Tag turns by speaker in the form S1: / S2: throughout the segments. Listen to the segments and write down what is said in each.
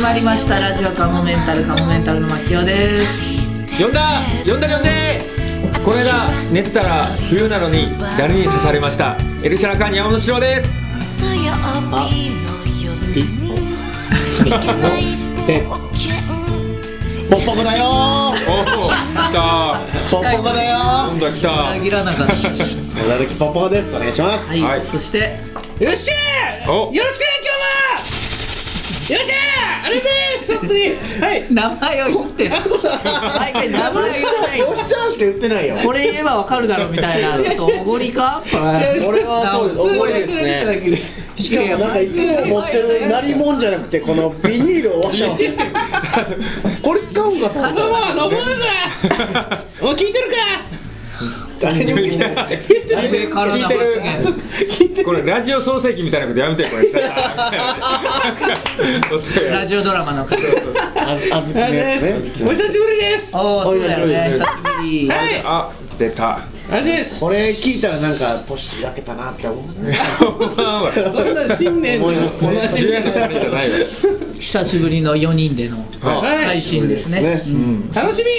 S1: まりましたラジオカモメンタルカモメンタルの牧雄です
S2: 呼んだ呼んだ呼んでこの間寝てたら冬なのに誰に刺されましたエルシャラカン山本志郎です
S3: あ
S4: ピ
S3: え
S4: ポッポコだよ
S2: おお来た
S4: ポッポコだよ
S2: 今度は来た
S1: 裏切らなかった
S4: なるきポッポコですお願いします
S1: はい、
S2: はい
S1: そして
S4: よっしゃ
S2: お
S4: よろしくね今日もよっしゃあれです本当にはい
S1: 名前を言って毎回名前を言わない
S4: よっしゃしか言ってないよ
S1: これ言えばわかるだろうみたいなちょっとおごりかこれ
S4: これはそうです
S1: お
S4: お
S1: ご
S4: ご
S1: り
S4: り
S1: で
S4: ですす
S1: ね
S4: ねしかもなんかいつも持ってる鳴り物じゃなくてこのビニールをわしゃわしゃするこれ使うんかと思ったどうも登お聞いてるか誰にも聞いてない
S1: だいぶ体が
S2: 聞これラジオ創世記みたいなことやめてこれ
S1: ラジオドラマの方
S4: あずあずきのやつね
S5: お久しぶりです。
S1: おおそうだよね久しぶり
S5: はい、
S2: あ出た
S5: あれです。
S4: これ聞いたらなんか年開けたなって思う
S5: そんな新年の
S4: 思いますね
S5: 同じ
S2: 知り合いのあれじゃないわ
S1: 久しぶりの4人での
S2: はい
S1: 配信ですね
S4: そうですね
S1: うん
S5: 楽しみ。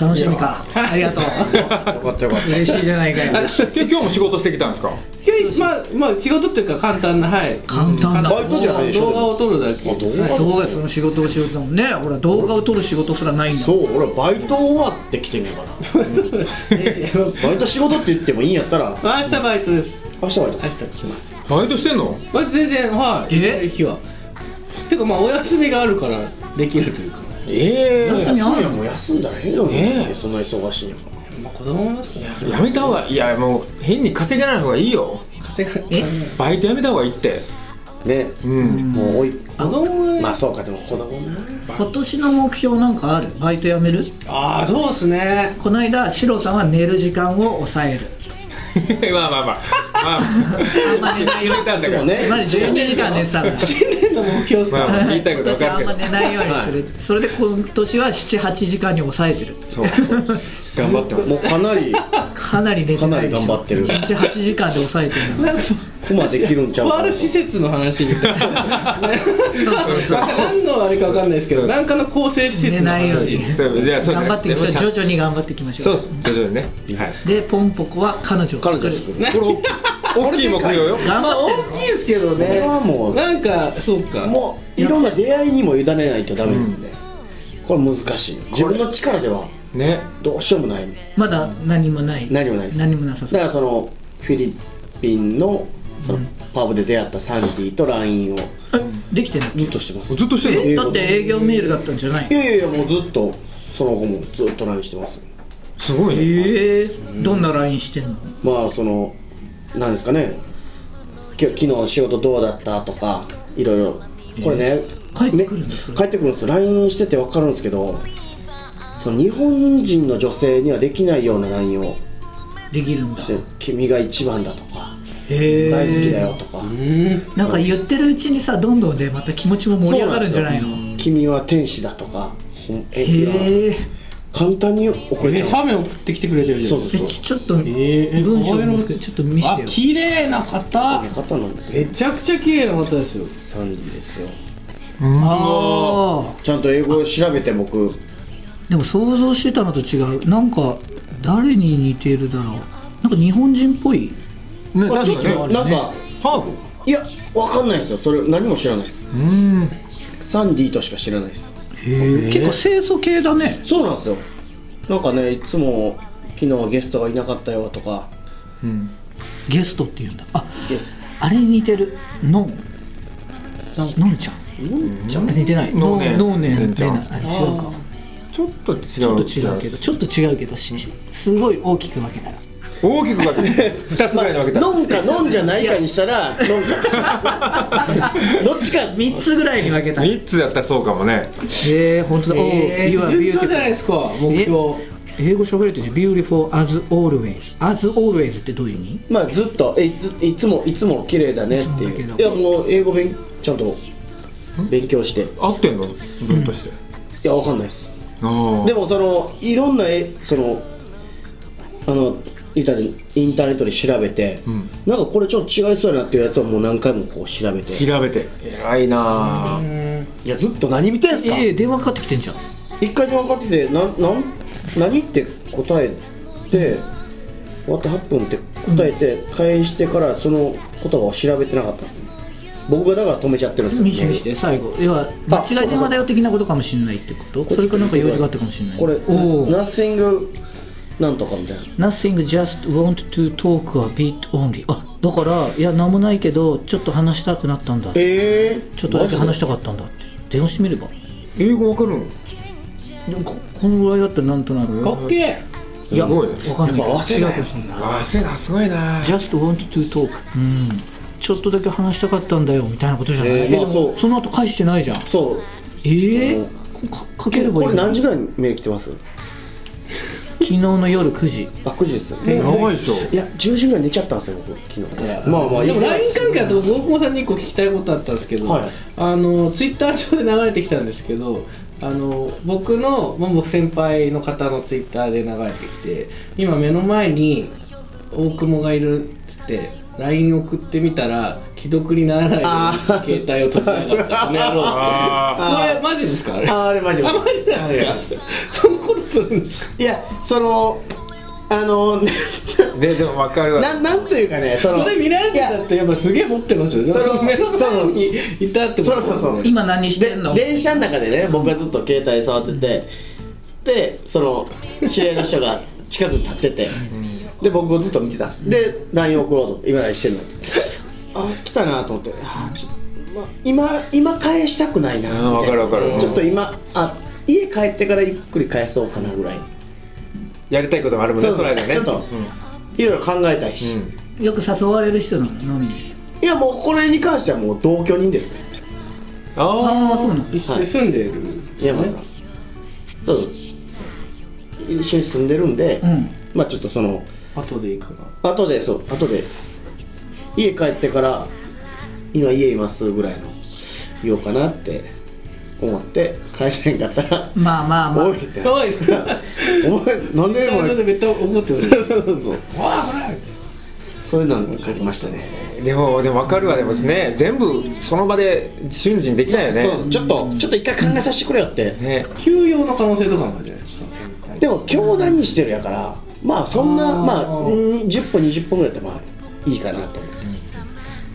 S1: 楽しみかありがとう
S4: よかったよかっ
S1: 嬉しいじゃないかよ
S2: で今日も仕事してきたんですか
S5: 今日まあまあ仕事っていうか簡単なはい。
S1: 簡単だ
S4: バイトじゃないでしょ
S5: 動画を撮るだけ。
S4: た
S1: そうがその仕事を仕事だもんねほら動画を撮る仕事すらないんだ
S4: そう俺バイト終わってきてんねんから バイト仕事って言ってもいいんやったら
S5: 明日バイトです。
S4: 明日バイト
S5: 明日来ます。
S2: バイトしてんの
S5: まあ全然はい。
S1: え
S5: やる日は。てかまあお休みがあるからできるというか。
S2: え
S4: 休みはもう休んだらええのに、
S2: ねえ
S4: そんな忙しいんやか
S5: まあ子供もいますからね。
S2: えやめた方がいやもう変に稼げない方がいいよ
S5: 稼が
S1: え
S2: バイトやめた方がいいって
S4: らね、
S2: うん
S4: もうおい
S5: 子供はね。
S4: まあそうかでも子供な
S1: 今年の目標なんかあるバイト辞める
S5: ああそうですね。
S1: この間シロさんは寝る時間を抑える
S2: まあまあまあまあ
S1: あんま寝ないよう
S2: 言
S1: に
S2: ったんだけど
S4: そうね
S1: マジ12時間寝てたんだ
S5: 新年の目標です
S2: まあ
S5: か。
S2: まあ言いたいこと
S1: 今
S2: 分
S1: 年
S2: か
S1: はあんま
S2: るけ
S1: 寝
S2: ど
S1: ないようにする、それで今年は78時間に抑えてる
S2: そうそう頑張ってます
S4: もうかな り
S1: かなり寝てないでしょ
S4: かなり頑張ってる
S1: 1日8時間で抑えてるの
S5: なんかそう。
S4: クマできるんちゃう
S5: とあ
S4: かな
S5: る施設の話みたいな。
S2: そうそう
S5: 何のあれかわかんないですけど、なんかの構成施
S1: 寝
S5: 設の
S1: ないよう
S5: 話
S1: に
S2: そうじゃあそう
S1: 頑張っていきましょう
S2: う
S1: 徐々に頑張っていきましょ
S2: そうう徐々にねはい
S1: でポンポコは彼女を
S4: 彼
S1: 作
S4: 女
S1: る
S4: 作る
S2: これ大きい目標よ
S1: 頑
S5: まあ
S1: 張ってる
S5: 大きいですけど
S4: これ
S5: ね
S4: はもう
S5: なんかそうか
S4: もういろんな出会いにも委ねないとダメなんで、これ難しい自分の力では
S2: ね
S4: どうしようもない
S1: まだ何もない
S4: 何もないです
S1: 何もなさそ
S4: だ
S1: う
S4: からそのフィリピンのそのパブで出会ったサンディと LINE を
S1: えできてない
S4: ずっとしてます
S2: ずっとしてる
S1: えだって営業メールだったんじゃない
S4: いやいやいやもうずっとその後もずっと LINE してます
S2: のすごいね
S1: ええどんな LINE してんの
S4: まあそのなんですかねきょ昨日仕事どうだったとかいろいろこれね
S1: 帰ってくるんです
S4: ね帰ってくるんです LINE してて分かるんですけどその日本人の女性にはできないような LINE を
S1: できるんだ
S4: して君が一番だとか
S1: へえ
S4: 大好きだよとか
S5: うん
S1: なんか言ってるうちにさどんどんでまた気持ちも盛り上がるんじゃないの
S4: 君は天使だとかほんえいや
S1: へえ
S4: 簡単に送れち
S5: え
S4: ゃ
S5: 写メ送ってきてくれてるじゃ
S4: そ
S5: ん
S4: うそう
S1: え
S4: そう
S1: ちょっと
S5: ええ
S1: 文章
S5: こういう
S1: も
S5: の
S1: ちょっと見せて
S5: あ
S1: よ
S5: 綺麗な方
S4: う方なんですよ
S5: めちゃくちゃ綺麗な方ですよ
S4: サンディですよ
S1: ああ
S4: ちゃんと英語を調べて僕
S1: でも想像してたのと違うなんか誰に似てるだろうなんか日本人っぽい
S2: ね
S4: まあちょっ
S2: 確かに
S4: と
S2: ね
S4: なんか
S2: ハーフ
S4: いやわかんないですよそれ何も知らないです
S2: うん
S4: サンディとしか知らないです
S1: 結構清楚系だね
S4: そうなんですよなんかねいつも昨日はゲストがいなかったよとか
S2: うん
S1: ゲストっていうんだあ
S4: ゲス
S1: あれに似てるノンノンちゃん
S4: トうん
S1: ちょっと似てない
S2: 脳年
S1: 脳年
S2: 脳年ちゃん
S1: 出ないあ違うか
S2: ちょっと違うち
S1: ちょっと違うけどちょっと違うけどしすごい大きく分けたら
S2: 大きく分けて2つぐ
S4: まあ
S2: らいに分けた
S4: 飲んか飲んじゃないかにしたら飲んかどっちかみ
S1: 3つぐらいに分けたらへ
S2: 3つだったらそうかもね
S1: え本当だお
S5: ええ
S1: You are
S5: 順調じゃな
S1: beautiful
S5: いですか目標
S1: 英語喋れてるね Beautiful as always as always ってどういう意味
S4: まあずっとえずいつもいつも綺麗だねって
S1: いつ
S4: い
S1: もだ
S4: うい
S1: け
S4: や
S1: ど
S4: もう英語勉ちゃんと勉強してい
S2: 合ってんの文として
S4: やわかんないです
S2: ああ
S4: でもそのいろんなえそのあの言ったらインターネットで調べて、
S2: ん
S4: なんかこれちょっと違いそうやなっていうやつをもう何回もこう調べて
S2: 調べて偉いなあ
S4: いやずっと何見てんすか
S1: ええ電話かかってきてんじゃん
S4: 一回に分かっててななん何って答えて終わって8分って答えて、返してからその言葉を調べてなかったんですね僕がだから止めちゃってるんですよ
S1: 見して見して最後要は間違い電話だよ的なことかもしれないってことそれかなんか用事があったかもしれない
S4: これ
S1: おお
S4: Nothing なんとかみたいな
S1: Nothing just want to talk a bit only あだからいや何もないけどちょっと話したくなったんだち
S4: ええ
S1: ょっとだけ話したたかったんだって電話してみれば
S2: 英語わかるの
S1: でもここのぐらいだったらなんとなく
S5: かっけえ
S1: いや
S2: すご
S1: わ
S2: いね
S1: かんない
S4: やっぱ
S1: 違
S4: 早
S1: う
S4: 稲田
S1: かもしれない
S2: あせなすごいな
S1: Just want to talk うんちょっとだけ話したかったんだよみたいなことじゃない、
S4: えーま
S1: でも
S4: あそう
S1: その後返してないじゃんえ
S4: そう
S1: えかかければいい
S4: これ何時
S1: ぐ
S4: ぐらいにメール来てます
S1: 昨日の夜9時
S4: あ9時ですよね
S2: 長いでしょ
S4: いや10時ぐらいに寝ちゃったんですよ僕昨日まあまあいい
S5: でも LINE 関係だと大久保さんに一個聞きたいことあったんですけど、
S4: はい
S5: あのツイッター上で流れてきたんですけどあの僕の、まあ、僕先輩の方のツイッターで流れてきて今目の前に大久保がいるっつって LINE 送ってみたら既読にならないようにして携帯を閉じなかったこの野郎
S2: あ
S5: これマジですかあれ
S4: ああれマジ
S5: あマジなんですかそんなことするんですか
S4: いやそのあの
S2: ーででもわかるわ
S4: ななんというかねその
S5: それ見られてたってやっぱすげえ持ってますよね
S4: その
S5: その目の前にいたってこと
S4: そうそうそう
S1: 今何して
S4: で
S1: んの
S4: 電車の中でね僕がずっと携帯触っててでその知り合いの人が近くに立っててで僕をずっと見てたんですで LINE 送ろうと思って今何してんのってあ来たなと思ってあちょっと、まあ、今今返したくないなみたいな
S2: うんわかるわかる
S4: ちょっと今あ家帰ってからゆっくり返そうかなぐらい
S2: やりたいこともあるもんね
S4: そうそう
S2: れでね
S4: ちょっといろいろ考えたいし、
S2: うん
S1: よく誘われる人なの飲みに
S4: いやもうこれに関してはもう同居人ですね
S2: あ
S1: ああそうなの
S5: 一緒に住んでる、
S4: 山さん、そう一緒に住んでるんで、
S1: うん
S4: まあちょっとその
S5: 後でいいかな
S4: 後でそう後で家帰ってから今家いますぐらいの言おうかなって思って返せへんかったら
S1: まあまあ
S4: 「
S1: まあ
S4: おい」って
S5: おい
S4: 「 お前なんでお
S5: それで
S4: 前
S5: めっちゃ怒ってます
S4: そうそうそう
S5: わあほら
S4: そういうの書きましたね
S2: ーでもでもわかるわでもね全部その場で瞬時にできないよね
S4: そうちょっとちょっと一回考えさせてくれよって
S2: ね
S5: 休養の可能性とかもあるじゃないですかその先輩
S4: でも今日何してるやからまあそんな
S5: あー
S4: まあに10分20分ぐらいだったらまあいいかなと思って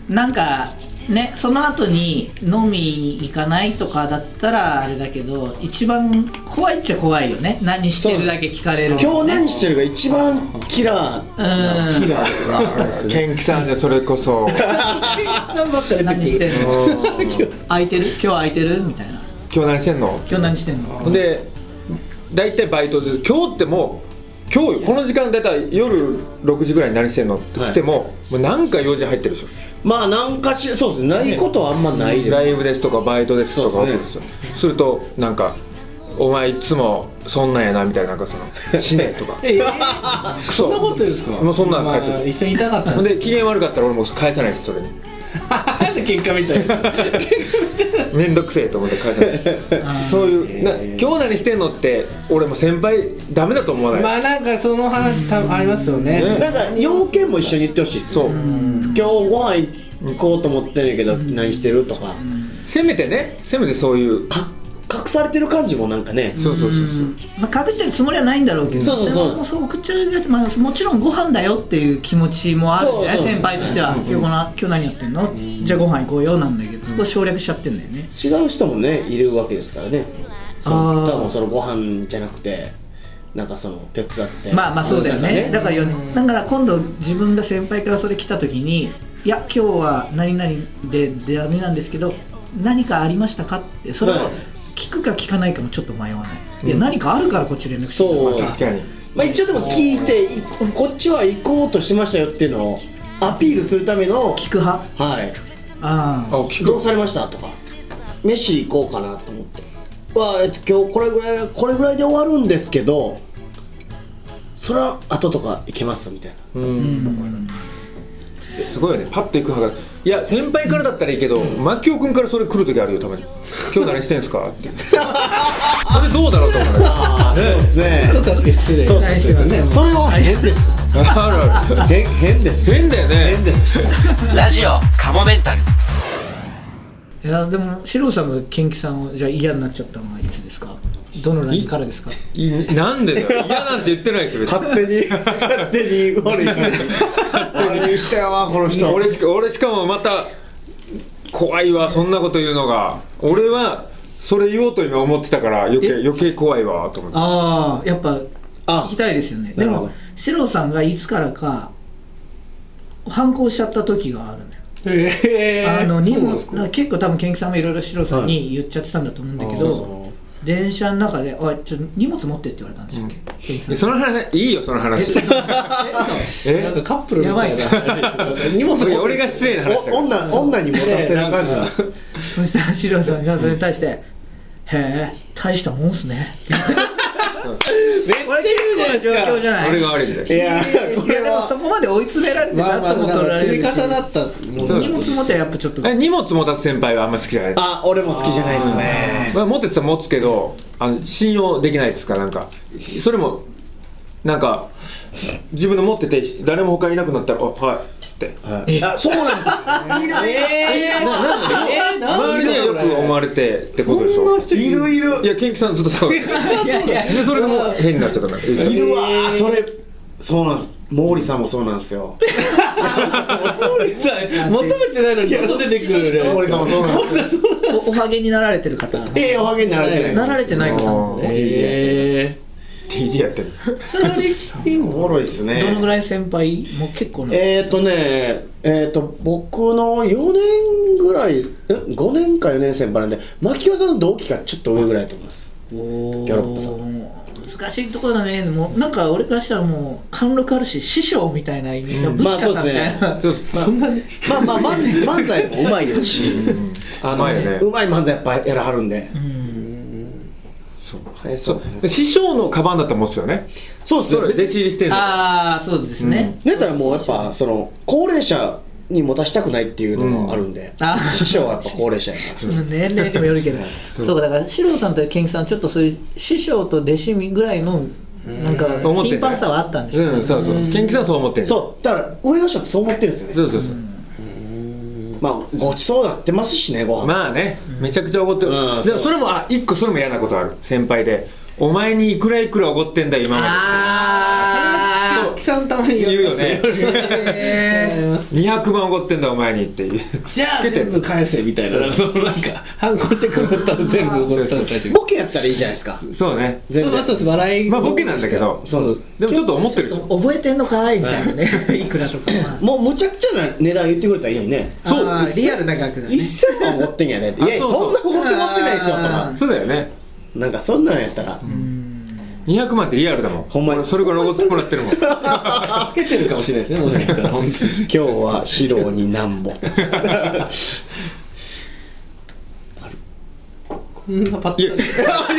S1: なんかねその後に飲み行かないとかだったらあれだけど一番怖いっちゃ怖いよね何してるだけ聞かれるのね
S4: 今日何してるが一番キラー
S1: うん
S4: キ ラーなんですよね
S2: ケンキさんでそれこ そ
S5: 頑張ったら
S1: 何して
S2: うん
S1: の
S2: ん今
S1: 空いてる今日空いてるみたいな
S2: 日何してんの
S1: 今日何してんの
S2: ほんで大体バイトで今日ってもう今日よこの時間だいたい夜6時ぐらいに何してんのって来ても、もうなんか用事入ってるでしょ
S4: まあなんかしそうですねないことはあんまないです
S2: ライブですとかバイトですとか
S4: そ
S2: あ
S4: う
S2: る
S4: で
S2: ん
S4: すね
S2: ですよするとなんか「お前いつもそんなんやな」みたいななんかその「死ね」とか
S5: ええ
S2: ク
S5: そ
S2: ソ
S5: んなこと言うんですか
S2: もうそんなん書いてる
S5: まあ一緒にいたかった
S2: ほ
S5: ん
S2: ん
S5: です
S2: で機嫌悪かったら俺もう返さないですそれに
S5: なんで喧嘩みたいな
S2: 面倒くせえと思って返さないそういうな「今日何してんの?」って俺も先輩ダメだと思わない、
S5: まあなんかその話多分ありますよね
S2: ね
S4: なんか要件も一緒に言ってほしいです
S2: そ
S4: ね
S2: う
S4: 今日ご飯行こうと思ってんやけど何してるとか
S2: せめてねせめてそういう
S4: か隠されてる感じもなんかね
S2: そうそうそうそう
S1: まあ、隠してるつもりはないんだろうけど
S4: そうそうそう
S1: でももそう送っちゃうやつ、まあ、もちろんご飯だよっていう気持ちもあるんだよね
S4: そうそうそう
S1: 先輩としては「今日この今日何やってんのじゃあご飯行こうよ」なんだけどそこは省略しちゃってんだよね
S4: 違う人もねいるわけですからねそう
S1: あー
S4: 多分そのご飯じゃなくてなんかその手伝って
S1: まあまあそうだよねだからよねだから今度自分が先輩からそれ来た時に「いや今日は何々でダメなんですけど何かありましたか?」ってそれを
S4: はい
S1: 聞くか聞かないかもちょっと迷わない、いや何かあるからこっち連絡してる
S4: そう
S2: まあ確かに
S4: まあ、一応でも聞いていここっちは行こうとしてましたよっていうのをアピールするための
S1: 聞く派
S4: はい
S1: あ
S2: あ
S1: あ
S2: 聞
S4: どう
S2: く
S4: されましたとか飯行こうかなと思ってわあ、えっと、今日これぐらいこれぐらいで終わるんですけどそれは後とか行けますみたいな
S2: うんすごいよねパッと行く派がいや先輩からだったらいいけど牧雄君からそれ来る時あるよた まに「今日何してんすか?」ってそれどうだろうと思うね
S4: ああそうですね
S5: 確かに失礼
S4: そう
S1: 大事だね
S4: それは変です
S2: あるある
S4: 変変です
S2: 変だよね
S4: 変です
S3: ラジオカモメンタル
S1: いやでも四郎さんがケンキさんをじゃあ嫌になっちゃったのはいつですかどのラインからですか
S2: いなんでだよ嫌なんて言ってないですよ別に
S4: 勝手に勝手に悪い勝手にしたよなこの人
S2: 俺しか俺しかもまた怖いわそんなこと言うのが俺はそれ言おうと今思ってたから余計余計怖いわと思って
S1: ああやっぱ
S4: あ
S1: 聞きたいですよね
S4: な
S1: で
S4: るほど
S1: も四郎さんがいつからか反抗しちゃった時があるんだよ
S5: ええ
S1: あの
S5: そ
S1: 荷
S5: うなん
S1: 物
S5: ですか
S1: な結構多分ケンキさんもいろいろ四郎さんに言っちゃってたんだと思うんだけど、電車の中で「おいちょっと荷物持って」って言われたんですよ、ケンキさん
S2: えその話いいよその話
S5: なん
S2: え
S5: かカップルみたいな話ですよ荷物持
S2: そ
S5: って
S2: れ
S5: る
S2: 俺が失礼な話だ
S4: お
S2: から
S4: 女女に持たせる感じだ
S5: なんか
S1: そしたらシロさんがそれに対して「へえ大したもんっすね」俺結構な状況じゃない
S2: 俺が悪いんだよ
S4: いや こ
S1: いや
S4: れ
S1: でもそ
S4: は
S1: こまで追い詰められて
S5: まあ
S1: な
S5: まあ
S1: とも
S5: なん
S1: 取ら
S5: か
S1: れ
S5: 積
S1: る
S5: み
S1: し
S5: 重なったも
S2: そう
S5: の
S1: 荷物持てやっぱちょっと
S2: え荷物持たす先輩はあんま好きじゃない
S4: あ俺も好きじゃないですね
S2: まあ、持ってたら持つけどあの信用できないですかなんかそれもなんか自分の持ってて誰も他いなくなったら「あはい」っつって
S4: はいあそうなんですいるいる
S5: えー、
S2: 周りにはよく思われてってことでし
S5: そん
S2: ょ
S5: な人
S4: いるいる
S2: いやケンキさんずっとそうで
S1: いやいや
S2: それがもう変になっちゃったから
S4: いるわ
S5: えー
S4: ーそれそうなんです毛利さんもそうなんですよ
S5: モリさん求めてないのにやっと出てくるじゃない
S4: 毛
S5: で
S4: 利
S5: す
S4: さん
S5: か
S4: もそうなんですよ
S1: おおはげになられてる方
S4: ええおはげになられてない
S1: なられてない方なんで
S2: あ
S1: ね
S2: ー
S5: え
S2: TJ やってる
S1: それはね
S4: おもろいっすね
S1: どのぐらい先輩もう結構な
S4: えーとねえーと僕の4年ぐらい5年か4年先輩なんで牧尾さんの同期がちょっと上ぐらいだと思います
S1: おー
S4: ギャロップさ
S1: 難しいところだねもうなんか俺からしたらもう貫禄あるし師匠みたいな意味が
S4: まあ
S1: 文化さんみたい
S4: そう
S1: な
S2: ちょっ
S5: ー、そんなに
S4: まあまあまん漫才もうまいです し
S2: と
S4: あ
S2: うまいよね
S4: うまい漫才やっぱやらはるんで
S1: うん
S2: そうそう師匠のカバンだったら持つよね
S4: そうっす
S2: そ
S4: よ
S2: れ
S4: ね
S2: 弟子入りしてんの
S1: ああそうですね
S4: だったらもうやっぱその高齢者に持たしたくないっていうのもあるんで、
S1: あー
S4: 師匠はやっぱ高齢者やか
S1: 年齢にもよるけどそうかだから四郎さんと健一さんちょっとそういう師匠と弟子ぐらいのなんか
S2: 思って
S1: 頻繁さはあったんでしょ
S2: う
S1: ね
S2: んそうそうケンキさんはそう思ってん の
S4: らそうだから上の人ってそう思ってるんですよね
S2: そうそうそう
S4: まあごちそうなってますしねご飯、
S2: まあね、めちゃくちゃ怒ってる、
S4: うん
S2: でもそれもあ一個それも嫌なことある先輩でお前にいくらいくら怒ってんだよ今ま
S1: あ
S5: あ
S1: ー
S5: ーさんたま
S2: で
S5: に
S2: 言うよね
S1: え
S2: 200万怒ってんだお前にっていう
S5: じゃあ
S2: つけて
S5: 全
S2: る
S5: 部返せみたいななんかそのなんか反抗してくるったら全部怒ったら大丈夫
S4: ボケやったらいいじゃないですか
S2: そうね
S4: 全
S5: まあ
S4: 然
S5: そうです笑い
S2: まあボケなんだけど
S5: そうです
S2: でもちょっと思ってるでしょ
S1: ー覚えてんのかいみたいな ねいくらとかは
S4: もうむちゃくちゃな値段言ってくれたらいいのにね
S2: そう
S1: あーリアルな額だね
S4: 1000万持ってんやねっていやいや
S2: あ
S4: そ
S2: そ
S4: ん
S2: う
S4: な
S2: そう
S4: 奢って持ってないですよと
S1: あ
S4: か
S2: そうだよね
S4: なんかそんなんやったら
S2: 200万ってリアルだもん
S4: ほんまに
S2: 俺 それから怒ってもらってるもん
S5: つけてるかもしれないですねもし かしたら本当に
S4: 今日は四郎になんぼ
S5: こんなパッとこ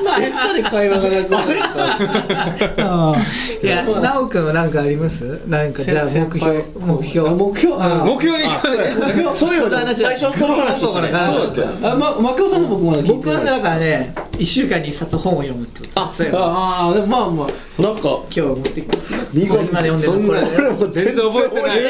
S5: んなやったり会話がなくなった
S1: いや奈く君は何かありますなんかじゃあ目標目標
S5: 目標あー
S2: 目標に行く
S4: そういうの
S1: そういう話
S4: 最初その話でしたね
S1: そう
S2: だったよ
S5: あまマケオさんの僕まだ聞い
S1: 僕
S5: てな
S1: はいだからね1週間に1冊本を読むってことあそうや今
S5: ああでもまあまあ
S4: なんか
S1: 日持ってきた
S4: 見
S1: これ今読んでるのこれ
S4: 俺も
S2: 全
S4: 全然
S2: 然覚えてない
S1: で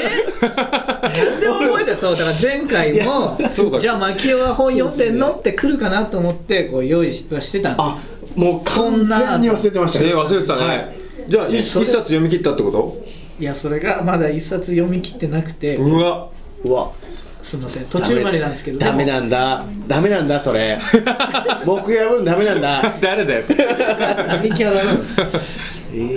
S1: 覚えてそうだから前回も
S2: そうだ
S1: じゃあ牧雄は本読んでんのって来るかなと思ってこう用意はしてたの
S4: あもう完全に忘れてましたね
S2: えー忘れてたね、
S4: はい
S2: じゃあい一
S1: それ
S2: 冊読み切ったってこと
S1: いやそれがまだ一冊読み切ってなくて
S2: うわ
S4: うわ
S1: すみません途中までなんですけど
S4: ダメ
S1: でも
S4: なんだダメなんだそ れ僕やるのダメなんだ
S2: 誰だよ
S5: 何キャラなんですか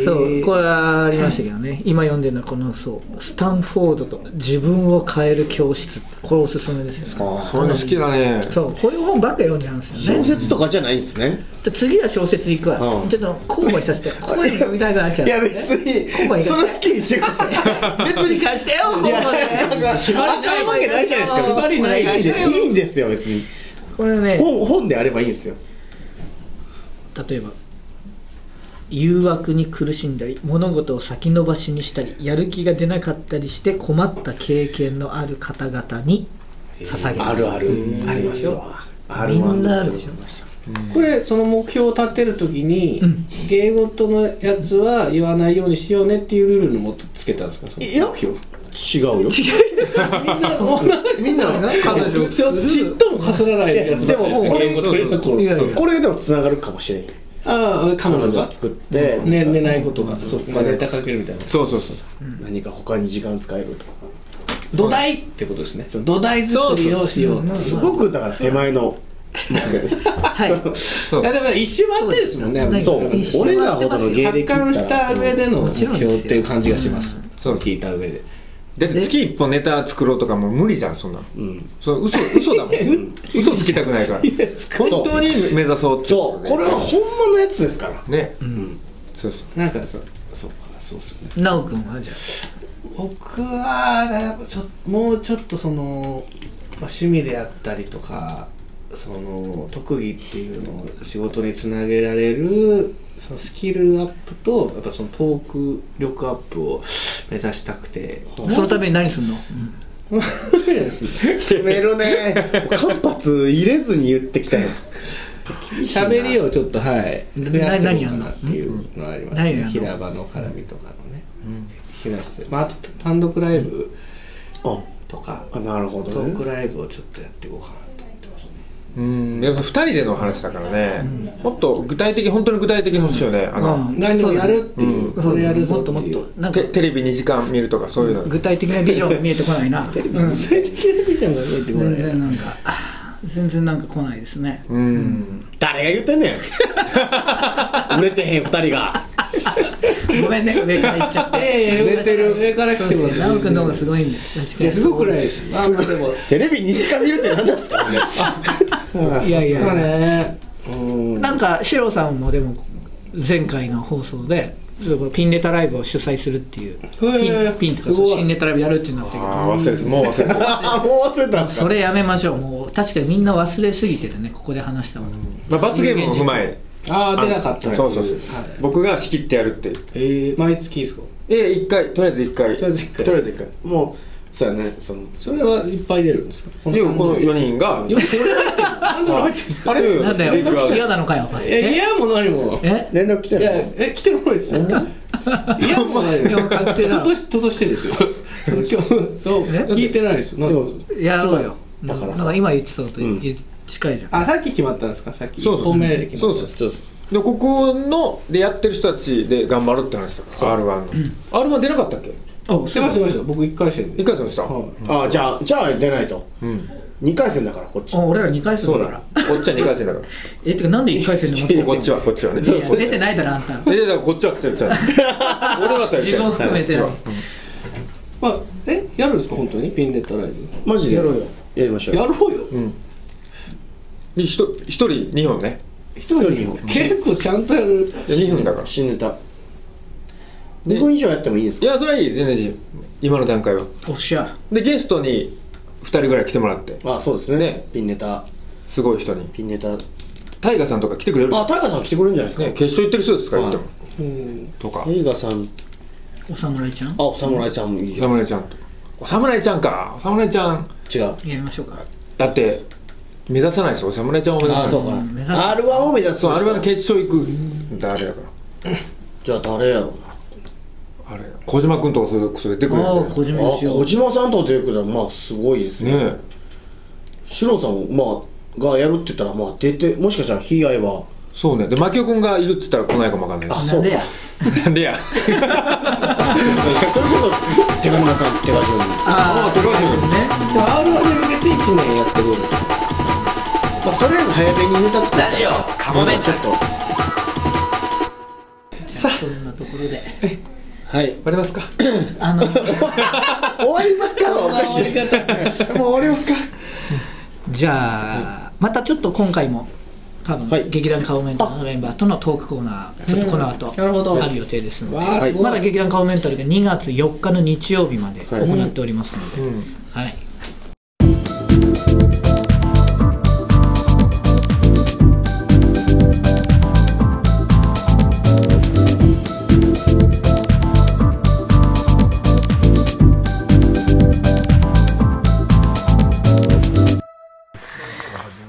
S1: そうこれはありましたけどね今読んでるのはこのそうスタンフォードと自分を変える教室これおすすめですよね
S2: あそういうの好きだね
S1: そうこういう本ばっか読んじゃうんですよね
S4: 小説とかじゃないんですね
S1: で次は小説行くわ、
S4: うん
S1: ちょっと交互にさせて声に読みたくなっちゃう
S4: いや別に
S1: ここに
S4: その好きにしてくだ さい別
S1: 別に
S4: に
S1: 貸してよ今
S4: いや
S1: 度
S4: なんか
S1: ね
S4: あかんわけないじゃないですか
S5: 縛りない
S4: いいんでいいんですよ別に
S1: これね
S4: 本本であればいいんですよ
S1: 例えば誘惑に苦しんだり物事を先延ばしにしたりやる気が出なかったりして困った経験のある方々に捧げます
S4: あるあるありますわある
S1: みんなある
S4: で
S1: で
S4: し
S1: し
S4: ょ
S1: ょ
S5: これその目標を立てるときに、
S1: うん
S5: 芸事のやつは言わないようにしようねっていうルールのもとつけたんですかその
S4: いや
S5: 目標
S4: 違うよ
S5: みんな女
S4: みんな
S5: ちょちっともかすらないやつばっかり
S4: い
S2: も
S4: やで
S5: ですね言語トリック
S4: これでもつながるかもしれんよ
S5: ああ彼
S4: 彼
S5: 女
S4: 女
S5: が
S4: が作って、
S5: ね寝ないことがそうまあネタかけるみたいな
S2: そうそうそう
S4: 何か他に時間使えるとか
S5: 土台ってことですねその土台作りをしよう
S4: すごくだから手前の
S1: はい
S2: そう
S5: いやでも一周回ってですもんね
S4: そう
S5: だから
S1: 一緒
S4: 俺らほどの芸
S5: 達
S4: 歴だ
S5: 観した上での目標っていう感じがします
S2: そう
S5: 聞いた上で
S2: だって月一本ネタ作ろうとかもう無理じゃんそんなの
S4: うん
S2: その嘘嘘 だもん嘘つきたくないから
S4: う
S2: 本当に目指そうって
S4: そうこれは本物のやつですから
S2: ね
S4: うん
S2: そうそう
S5: なんかそうそうかそうっすよね
S1: 奈く君はじゃ
S5: 僕はちょもうちょっとその、まあ、趣味であったりとかその特技っていうのを仕事につなげられるそのスキルアップとやっぱそのトーク力アップを目指したくて
S1: あそのために何すんの、うん
S4: 詰めるね間髪入れずに言ってきたよ
S5: 喋りをちょっとはい増やしてみようかなっていうのはあります
S1: 何やん
S5: ね
S1: の
S5: 平場の絡みとかのね増やしてまああと単独ライブ
S4: あ
S5: とか
S4: あ
S5: ト
S4: なるほど
S5: ーク
S4: ね
S5: ライブをちょっとやっていこうかなと思ってますね
S2: うんやっぱ2人での話だからねもっと具体的本当に具体的に欲しいよねあ
S1: う
S2: の
S1: ん
S5: 何でもやるっていう
S1: そ
S5: こ
S1: う
S5: れやる
S1: も
S5: ぞ
S1: っ
S5: って
S1: ともっ
S5: い
S1: と
S5: う
S1: なんか
S2: テテレビ2時間見るとかそういうの
S1: 具体的なビジョン見えてこない なうん
S5: 最適なビジョンが見えてこ
S1: 全
S5: ない
S1: 然なんかあ全然なんか来ないです ね
S2: うん
S4: 誰が言ってん ねん売れてへん二人が
S1: ごめんね上から行っちゃって
S5: 上から上から来ても
S1: そうです
S5: らって
S1: ね奈くんの方がすごいんで確か
S5: い
S1: に
S5: やすごくないですまあまあでも
S4: テレビ2時間見るって何なんですかね
S5: いやいやねうん
S1: なんかシロさんもでも前回の放送でそれこそピンネタライブを主催するっていう
S5: へー
S1: ピンピンとか
S5: すごい
S1: 新ネタライブやるってなったけど
S2: ああ忘れずもう忘れず
S4: あもう忘れたんです
S1: そ
S4: か
S1: れやめましょうもう確かにみんな忘れすぎてるねここで話したもの
S2: まあ罰ゲームも踏まえ
S5: ああ出なかったら
S2: そうそう
S5: は
S2: そ
S5: いう
S2: 僕が仕切ってやるっていう
S5: えー毎月ですか
S2: え一回とりあえず一回
S5: とりあえず一回
S4: とりあえず一回もうそうやねその
S5: それはいっぱい出るんですかこ
S2: でこの4人が
S5: よく俺入ってるなんで俺入ってるんですか
S2: あれ
S1: なんだ
S2: レギュラー
S1: よ
S2: で
S1: 嫌なのかよ
S5: いや
S1: え
S5: 嫌も何も
S1: え
S4: 連絡来て
S5: いや
S4: る
S5: え来てもらいですよ嫌もない
S1: でも確定だ
S5: 人とし人として ですよその今日聞いてないですよなんで
S1: やろうよ
S4: だからさ
S1: なんか今言ってたのと
S4: うん
S1: 言う近いじゃん
S5: あさっき決まったんですかさっき
S2: そうそう
S5: 一本目で決まったんです
S4: そうそう
S2: でここのでやってる人たちで頑張るって話だから R1 の、R1 出なかったっけ
S1: あ
S5: 出ました出ました僕一回戦で
S2: 一回戦でした、
S5: は
S4: あじゃあじゃあ出ないと
S2: うん
S4: 2回戦だからこっち
S1: あ俺ら2回戦
S2: そ
S1: だ
S2: う
S1: か
S2: だから
S1: ら
S2: こっちは2回戦だから
S1: えてかなんで1回戦でも
S2: こっちはこっちはね
S1: いや出てないだろあんた
S2: えだからこっちはって言っちゃう俺だったら言っちゃう
S1: 自分を含めて
S2: うん
S5: まあえやるんですか本当にピンデッドライブ
S4: マジで
S1: やろうよ
S4: やりましょう
S5: や
S4: よ
S5: ろうよ
S2: うん でひと一人2分ね
S5: 一人
S4: 一人
S5: 結構ちゃんとやる
S2: 2分だから
S4: 新ネタ2分以上やってもいいです
S2: い
S4: か
S2: やそれはいい全然いい今の段階は
S1: おっしゃ
S2: でゲストに2人ぐらい来てもらって
S4: あそうですね
S2: ね
S4: ピンネタ
S2: すごい人に
S4: ピンネタあ
S2: タイガさんとか来てくれるね
S4: タイガーさん来てくれるんじゃないです
S2: 決勝行ってる人ですから言
S4: はい
S2: っても
S5: うん
S2: と
S4: か
S2: か
S4: タイガーさん
S1: お侍ちゃん
S4: あお侍さんもいい
S2: お
S4: じゃん
S2: 侍ちゃんとかお侍ちゃんかお侍ちゃん
S4: 違う
S1: やりましょうか
S2: だって目指さないでしょお侍ちゃんを目指さ
S4: あ
S2: ない
S4: そうか
S1: 目指す
S4: R1 を目指す
S2: そうあれは決勝行く誰だか
S4: じゃあ誰やろうな
S2: らあれ小島君とかそういうこと出てくる
S1: ああ
S2: よね
S1: 小島
S4: あ
S1: よしお
S4: 小島さんと出てくるまあすごいですね
S2: ねえ
S4: シロさんもまあがやるって言ったらまあ出てもしかしたら被害は
S2: そうねで牧雄君がいるって言ったら来ないかもわかんない
S1: な
S4: あそ
S1: ん
S4: う
S1: で
S4: か
S1: や
S2: なん でや
S4: それこそ 手紙屋さん手紙屋
S1: あ
S2: 高橋
S1: あね
S5: R1 に向けて1年やってくる
S4: まあとりあえず早めにネタ作ってラジオカモメちょっと
S1: そんなところで
S4: はい
S2: 割れますか
S1: あの
S4: 終わりますかおかしいもう終わりますか
S1: じゃあまたちょっと今回も多分、
S4: はい
S1: 劇団顔メンタルのメンバーとのトークコーナーちょっとこの後
S5: なるほど
S1: ある予定ですので、
S5: わあすごい
S1: まだ劇団顔メンタルが2月4日の日曜日まで
S4: はい
S1: 行っておりますので、
S2: うん
S1: はい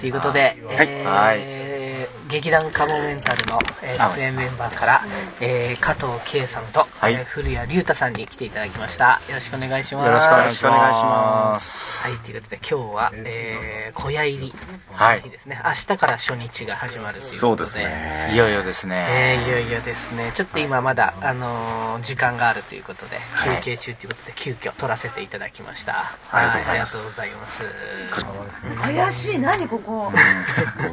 S3: ということで、えー劇団カモメンタルの、えー出演メンバーから、えー加藤圭さんと、
S6: はい
S3: えー古谷龍太さんに来ていただきましたよろしくお願いします
S6: よろしくお願いします
S3: はいということで今日は、えー小屋入り
S6: はい
S3: ですね明日から初日が始まるということで
S6: そうですねいよいよですね、
S3: えーいよいよですねちょっと今まだ、あのー時間があるということで
S6: はい
S3: 休憩中ということで急遽取らせていただきました
S6: ありがとうございます
S3: ありがとうございます
S7: 怪しい何ここ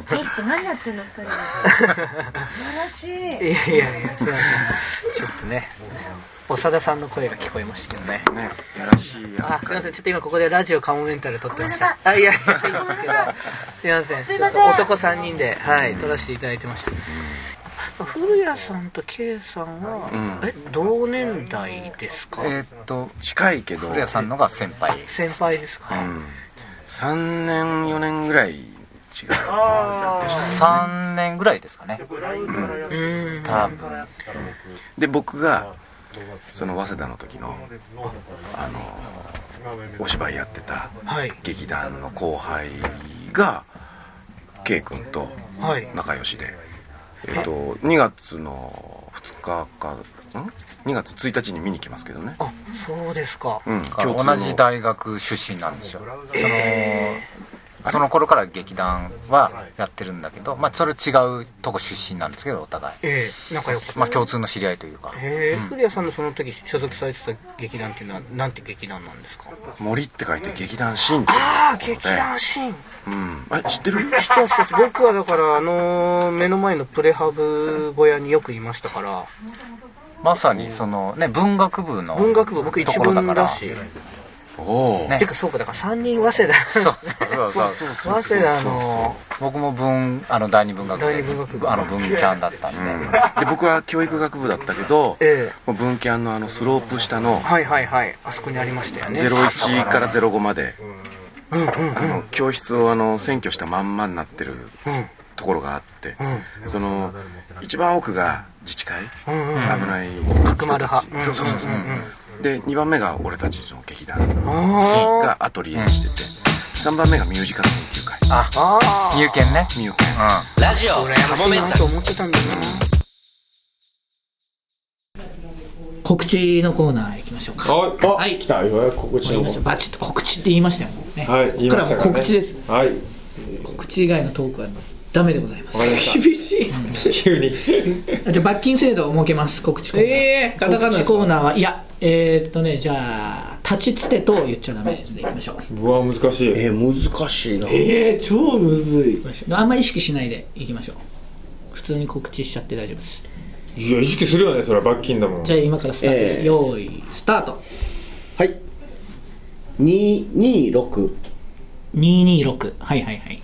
S7: ちょっと何やってんの二人で怪し
S3: い
S7: い
S3: やいやいや、すいませんちょっとね、長田さんの声が聞こえましたけどね。
S6: ねやらしい
S3: あ、
S6: や
S3: す
S6: つ
S3: いません、ちょっと今ここでラジオカモメンタル撮ってました。
S7: ご
S3: あ、いやいや、
S7: ごめんなさい
S3: すいません、
S7: すい
S3: ちょ
S7: ま
S3: っ
S7: せん
S3: と男3人で、はい、撮らせていただいてました。古谷さんと K さんは、え、同年代ですか、
S6: えーっと近いけど古谷さんのが先輩
S3: 先輩ですか、
S6: うん3年4年ぐらい違う3年ぐらいですかね
S3: うーん。
S6: 多分で僕がその早稲田の時のあのお芝居やってた
S3: はい、
S6: 劇団の後輩が K 君と
S3: はい。
S6: 仲良しでえっと2月の2日かん2月1日に見に来ますけどね
S3: あ、そうですか。
S6: うん共通
S8: 同
S6: の
S8: じ大学出身なんですよ
S3: え
S8: そのその頃から劇団はやってるんだけど、まあ、それ違うとこ出身なんですけどお互い
S3: ー、えー、仲良く。
S8: まあ共通の知り合いというか
S3: えー、古谷さんのその時所属されてた劇団っていうのはなんて劇団なんですか
S6: 森って書いて劇団新って
S3: ああ劇団シーン
S6: うんえ知ってる
S3: 知ってます知ってます僕はだからあのー目の前のプレハブ小屋によくいましたから
S8: まさにそのね文学部の
S3: 文学部僕一文だし
S6: おおー
S8: ね
S3: てかそうかだから3人早稲田
S8: そうそうそうそう
S3: 早稲田の
S8: 僕も文あの第二文学部
S3: 第二文学部
S8: あの文キャンだったんで、
S6: で僕は教育学部だったけど、
S3: え
S6: もう文キャンのあのスロープ下の
S3: はいはいはいあそこにありましたよね
S6: 01から05まで、
S3: うんうん
S6: あの教室をあの占拠したまんまになってる
S3: うん
S6: ところがあって、
S3: ん
S6: その一番奥が自治会、
S3: うんうん
S6: 危ない
S3: 角丸派うん
S6: そうそうそうそう、
S3: うんうん
S6: で2番目が俺たちの劇団
S3: あ
S6: がアトリエにしてて、3番目がミュージカル研究会
S3: ー
S8: あ
S3: あ
S8: 入研ね
S6: ミューケン
S8: うん
S3: 俺もいなと思ってたんだよな
S1: 告知のコーナー行きましょうか
S2: はい
S4: あ、
S1: はい
S4: 来たよ告知
S1: 言い
S4: の
S1: ましたバチッと告知って言いましたよね
S2: はい言い
S1: これ
S2: ま
S1: は
S2: した
S1: もう告
S2: からね
S1: 知です
S2: はい
S1: 告知以外のトークはダメでございます
S2: わかりまし
S4: 厳しい
S2: た急に
S1: あじゃあ罰金制度を設けます告知コーナー、
S4: ええカタカナ
S1: 告
S4: で
S1: 知
S4: すか
S1: コーナーはいやえー、っとねじゃあ立ちつてと言っちゃダメでいきましょう
S2: うわ難しい
S4: えー、難しいなええー、超むずい
S1: あんまり意識しないでいきましょう普通に告知しちゃって大丈夫です
S2: いや意識するよねそれは罰金だもん
S1: じゃあ今からスタートです、
S4: えー
S1: 用意スタート
S4: はい226
S1: 226はいはいはい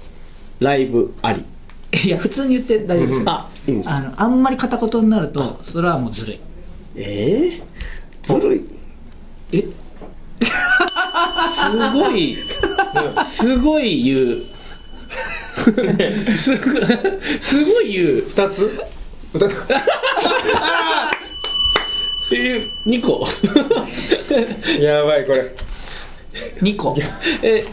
S4: ライブあり
S1: いや普通に言って大丈夫です、
S4: あいいんです
S1: あ
S4: か
S1: のあんまり片言になるとそれはもうずるい
S4: ええずるい
S1: え
S4: すごいすごい言うすごいすごい言う
S2: 2つ二つ
S4: えー、2個
S2: やばいこれ
S1: 2個
S4: え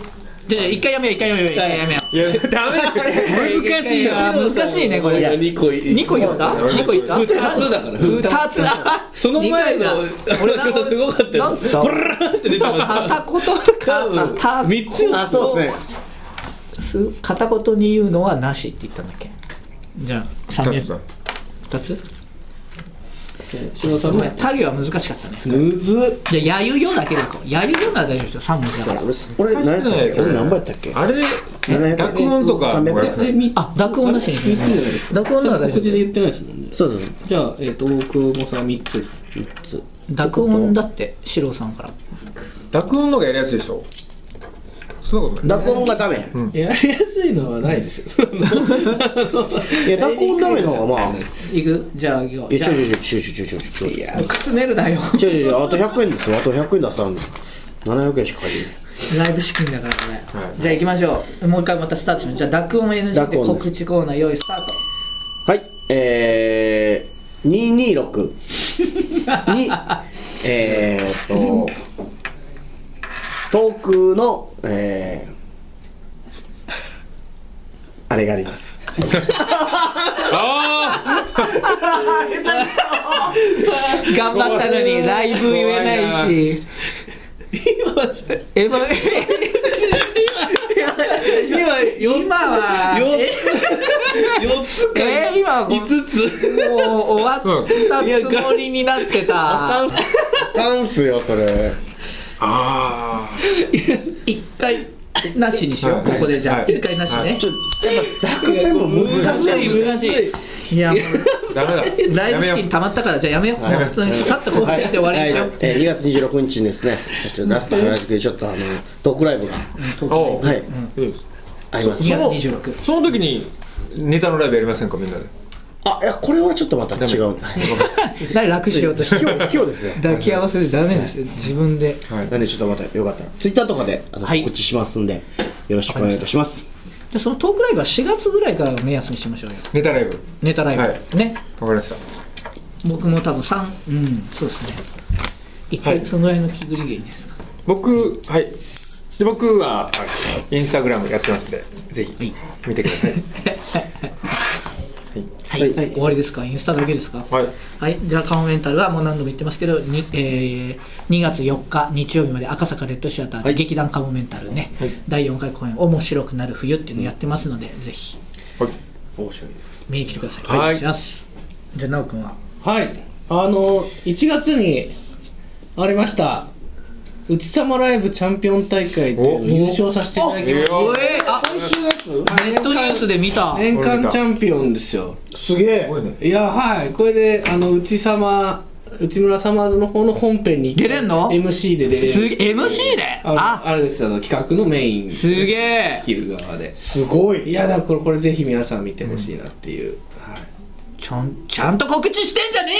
S1: じゃあ一回やめよう一回やめよう一回やめよ
S2: いやダメだこれ
S1: う難しいな難しいねこれ
S4: 2個い
S1: 2個言った
S2: いや
S1: 2個言った
S4: 二つだから
S1: 二つあ
S4: その前の俺のさすごかった
S1: なん
S4: よ
S1: つった
S4: ブルーって出てました
S1: 片言と
S4: 多分
S1: か
S4: 三つあそうですね
S1: す片言に言うのはなしって言ったんだっけじゃあ三
S2: 2
S1: 人
S2: つだ
S1: 2つ
S4: 篠さん
S1: ご
S4: も
S1: めん他行は難しかったね
S4: むず
S1: じゃあ「やゆよ」だけでいこう「やゆよ」なら大丈夫ですよ3文字だから
S4: 俺何やったっけ俺何番やったっけ
S2: あれ
S4: 700
S2: 濁音とか
S4: 300
S2: これ
S1: あ濁音なしに
S5: 3つじゃないですか
S1: 濁音なら大丈
S5: 告知で
S1: 夫
S5: 言ってないですもんね
S4: そうそうそう
S5: じゃあ、えっと僕もさ3つです
S4: 3つ
S1: 濁音だって四郎さんから
S2: 濁音のがやりやすいでしょそんなことない
S4: 濁音がダメ
S5: やりやすいのはないですよ
S4: いや濁音ダメの方がまあ
S1: いくじゃあ行こう
S4: いや
S1: じゃ
S4: ちょ
S1: あ
S4: いちょいちょいちょいちょいちょいちょい
S1: 靴ねるなよ
S4: ちょいちょいちょいあと100円ですよあと100円出したんで700円しか入れない
S1: ライブ資金だからこれ、じゃあ行きましょうもう一回またスタートしますじゃあ濁音 NG で
S4: 濁音
S1: 告知コーナー用意スタート
S4: はいえー226 にえーっと遠くのえーあれがあります
S2: あ
S1: 頑張ったのにライブ言えないし
S5: 今それ
S1: エヴァ
S5: 今
S1: 今は
S5: 4つか
S1: えー今はもう
S5: 5つ
S1: 終わったつもりにな ってた
S4: ダンスよそれ
S2: あああ
S1: 一回なしにしようここでじゃあ
S2: はい
S1: 一回なしね
S4: バックテンポ難しい
S5: 難しい
S1: いやもう
S2: ダ メだ
S1: ライブ資金
S2: た
S1: 溜まったからじゃあやめようもう普通にさっと告知して終わりにしよう
S4: えー2月26日にですねちょっとラスト原宿でちょっとあのトークライブが
S2: おう
S4: はい
S2: うん
S4: あります
S1: 2月26
S2: その時にネタのライブやりませんかみんなで
S4: あいやこれはちょっとまた違うはい
S1: 何楽しようとして
S4: 今日今日ですよ
S1: 抱き合わせでダメですよ自分で
S4: なんでちょっとまたよかったらツイッターとかであの
S1: はい
S4: 告知しますんでよろしくお願いいたします
S1: でそのトークライブは4月ぐらいからを目安にしましょうよ
S2: ネタライブ
S1: ネタライブ、
S2: はい
S1: ね
S2: わかりました
S1: 僕も多分3うんそうですね一回
S2: はい
S1: そのぐらいの気繰り芸いいですか、
S2: 僕はいで僕はインスタグラムやってますんでぜひ見てください
S1: はい終わりですかインスタだけですか
S2: はい
S1: はい、じゃあカモメンタルはもう何度も言ってますけど、にえー2月4日日曜日まで赤坂レッドシアターで劇団カモメンタルね、第4回公演面白くなる冬っていうのをやってますので、ぜひ
S5: 面白いです
S1: 見に来てください。
S2: はい
S1: お願しますじゃあ奈くんは
S5: はいあの1月にありました「うちさまライブチャンピオン大会」っていうのを優勝させていただきまし
S2: お
S1: えー、あネットニュースで見た
S5: た。年間チャンピオンですよ
S4: すげえ
S5: いやはいこれであのうちさま内村サマーズの方の本編に
S1: 出れんの
S5: MC で出れ
S1: す
S5: る
S1: げ MC で
S5: あの
S1: あ
S5: あれですあの企画のメイン
S1: す
S5: ス
S1: げえ
S5: キル側です
S4: ごい
S5: いやだからこれこれぜひ皆さん見てほしいなっていう、
S1: ちゃんちゃんと告知してんじゃね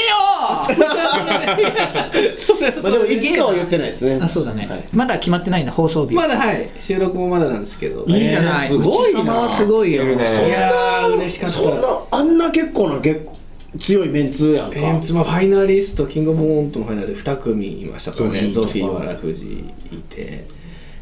S1: えよ
S5: はいそれは
S4: まあでもいつかは言ってないですね
S1: あそうだね、
S4: はい
S1: まだ決まってないんだ放送日
S5: まだはい収録もまだなんですけど
S1: いいじゃない、
S4: えーすごいな
S1: うちの間はすごいよ、
S5: いやー嬉しかった
S4: そんなあんな結構な結構強いメンツやんか
S5: メンツもファイナリストキングオブモントのファイナリスト2組いましたからね
S4: ゾ
S5: ゾ
S4: フ
S5: フ
S4: ィー
S5: ィー
S4: とか
S5: わらふじいて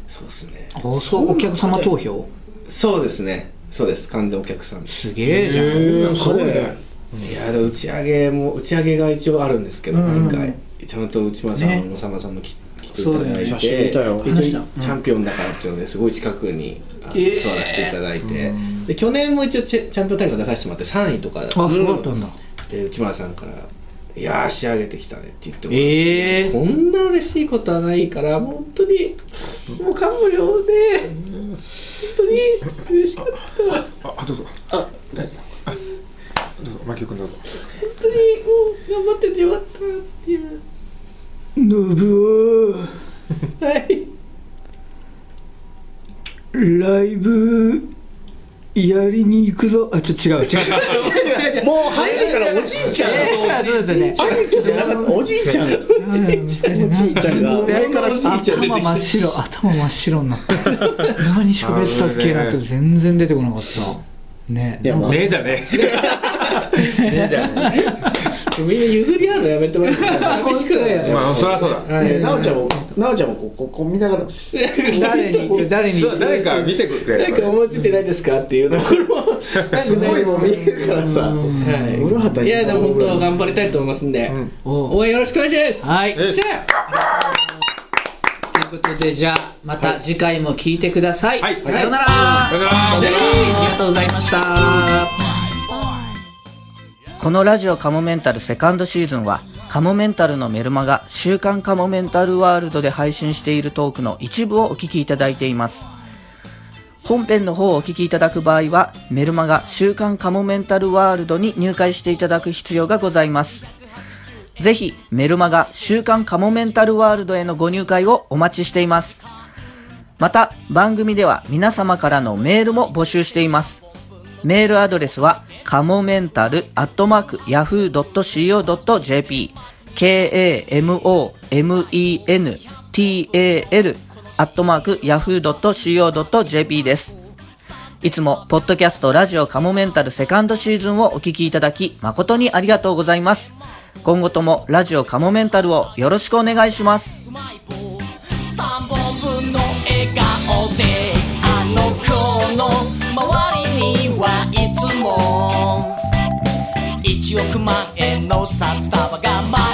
S5: そうですね
S1: 放送お客様投票
S5: そうですねそうです完全お客さんです
S1: すげえじゃん、
S4: なんかね
S5: いやでも打ち上げも打ち上げが一応あるんですけど毎回ちゃんと内村さんもさまさんも来来てい
S1: そ
S5: た
S1: うだよ
S5: だ
S1: ね
S5: い
S4: 写
S5: て
S4: 真見
S5: 一
S4: たよ
S5: 応
S1: 話し
S5: チ
S1: たうん
S5: ャンピオンだからっていうのですごい近くにあの
S1: えー
S5: 座らせていただいてで去年も一応チェチャンピオン大会出させてもらって3位とかだった
S1: あそうだったんだ、
S5: で内村さんから「いやー仕上げてきたね」って言ってもらって
S1: ええ
S5: こんな嬉しいことはないから本当にもう感無量で本当に嬉しかった
S2: あどうぞ
S4: あ大丈
S2: どうぞマキオ君どうぞ
S5: 本当にもう頑張っててよかったなっていう
S1: のぶ
S5: はい
S1: ライブやりに行くぞあちょっと違う違う
S4: 夫もう入りからおじいちゃん
S1: あそうですね
S4: 兄貴じゃなかったおじいちゃんおじいちゃんが前からおじいちゃん出
S1: 頭
S4: てき
S1: 真っ白頭真っ白になった何喋ったっけなって全然出てこなかったね
S4: いや
S1: なんか
S4: まあ
S2: ねえじゃね
S5: みんな譲り合うのやめてもらっていいですか寂しくないよ
S2: え
S5: ね、
S2: まあそりゃそうだ
S5: はい
S4: てなおちゃんもなおちゃんもこうこうこう見ながら
S1: 誰に誰に
S2: 誰か見てくれ
S5: なんか思いついてないですかっていうのこれも
S4: すごいも見えるからさ室畑
S5: いやでも本当頑張りたいと思いますんで、
S2: ん
S1: おう
S5: 応援よろしくお願いします
S1: はい
S2: え
S1: ということでじゃあまた次回も聞いてください、
S2: はい
S1: さようなら、
S2: さよなら
S1: ありがとうございました、
S9: このラジオカモメンタルセカンドシーズンは、カモメンタルのメルマガ、週刊カモメンタルワールドで配信しているトークの一部をお聞きいただいています。本編の方をお聞きいただく場合は、メルマガ、週刊カモメンタルワールドに入会していただく必要がございます。ぜひ、メルマガ、週刊カモメンタルワールドへのご入会をお待ちしています。また、番組では皆様からのメールも募集しています。メールアドレスは、かもめんたる、アットマーク、ヤフー .co.jp、k-a-m-o-m-e-n-t-a-l、アットマーク、ヤフー .co.jp です。いつも、ポッドキャストラジオカモメンタルセカンドシーズンをお聞きいただき、誠にありがとうございます。今後とも、ラジオカモメンタルをよろしくお願いします。
S10: 3本分の笑顔であの子の周りにはいつも
S9: 1億万円の札束が舞い